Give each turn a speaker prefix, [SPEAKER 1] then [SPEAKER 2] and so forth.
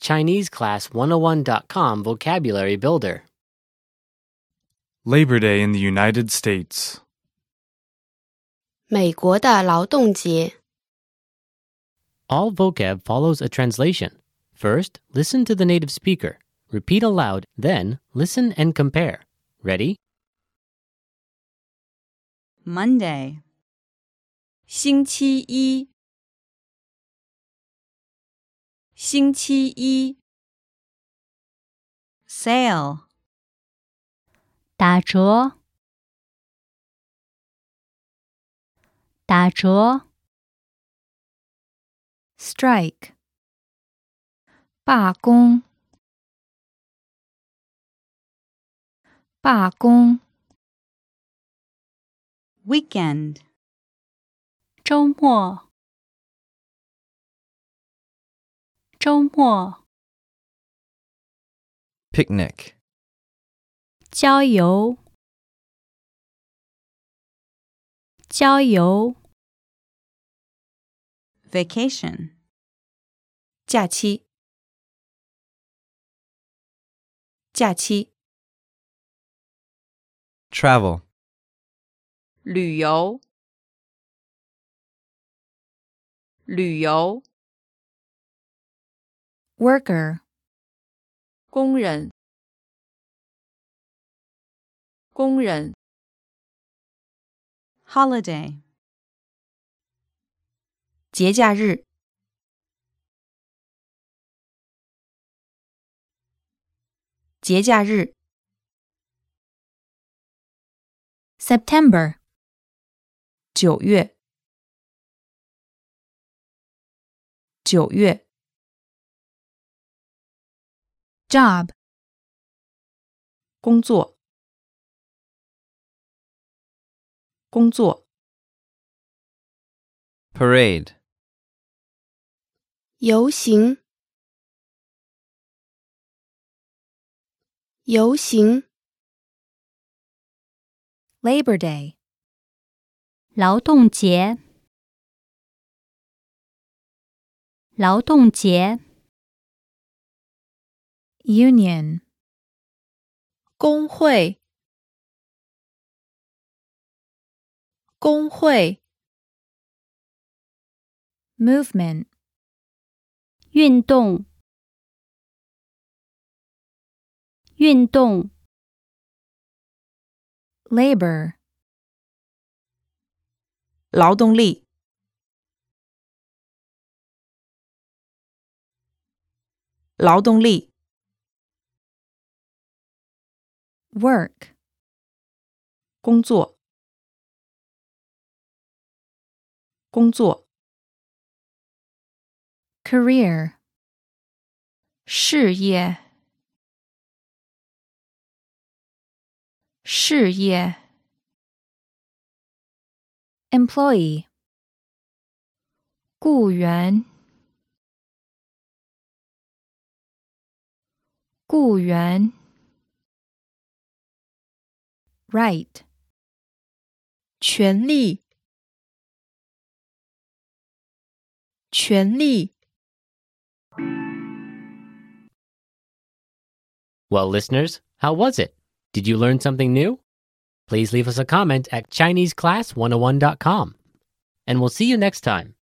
[SPEAKER 1] ChineseClass101.com Vocabulary Builder.
[SPEAKER 2] Labor Day in the United States.
[SPEAKER 3] 美国的劳动节。
[SPEAKER 1] All vocab follows a translation. First, listen to the native speaker. Repeat aloud, then listen and compare. Ready?
[SPEAKER 4] Monday，星期一，星期一，sale，
[SPEAKER 5] 打折，打折。strike，罢工，罢工。
[SPEAKER 4] weekend，
[SPEAKER 5] 周末，周末
[SPEAKER 6] picnic,
[SPEAKER 5] 郊游，郊游
[SPEAKER 4] vacation，假期，假期，
[SPEAKER 6] travel,
[SPEAKER 4] 旅游，旅游
[SPEAKER 5] ，worker，
[SPEAKER 4] 工人，工人，holiday，节假日，节假日
[SPEAKER 5] ，September，
[SPEAKER 4] 九月，九月
[SPEAKER 5] job，
[SPEAKER 4] 工作，工作
[SPEAKER 6] parade,
[SPEAKER 3] 游行，游行，
[SPEAKER 5] Labor Day，劳动节，劳动节，Union，
[SPEAKER 7] 工会，工会，
[SPEAKER 5] movement，运动，运动，labor，
[SPEAKER 4] 劳动力，劳动力
[SPEAKER 5] work，
[SPEAKER 4] 工作，工作
[SPEAKER 5] career，
[SPEAKER 7] 事业，事业，
[SPEAKER 5] employee，
[SPEAKER 7] 雇员，雇员，
[SPEAKER 5] right，
[SPEAKER 7] 权利，权利。
[SPEAKER 1] Well, listeners, how was it? Did you learn something new? oh Please leave us a comment at ChineseClass101.com. And we'll see you next time.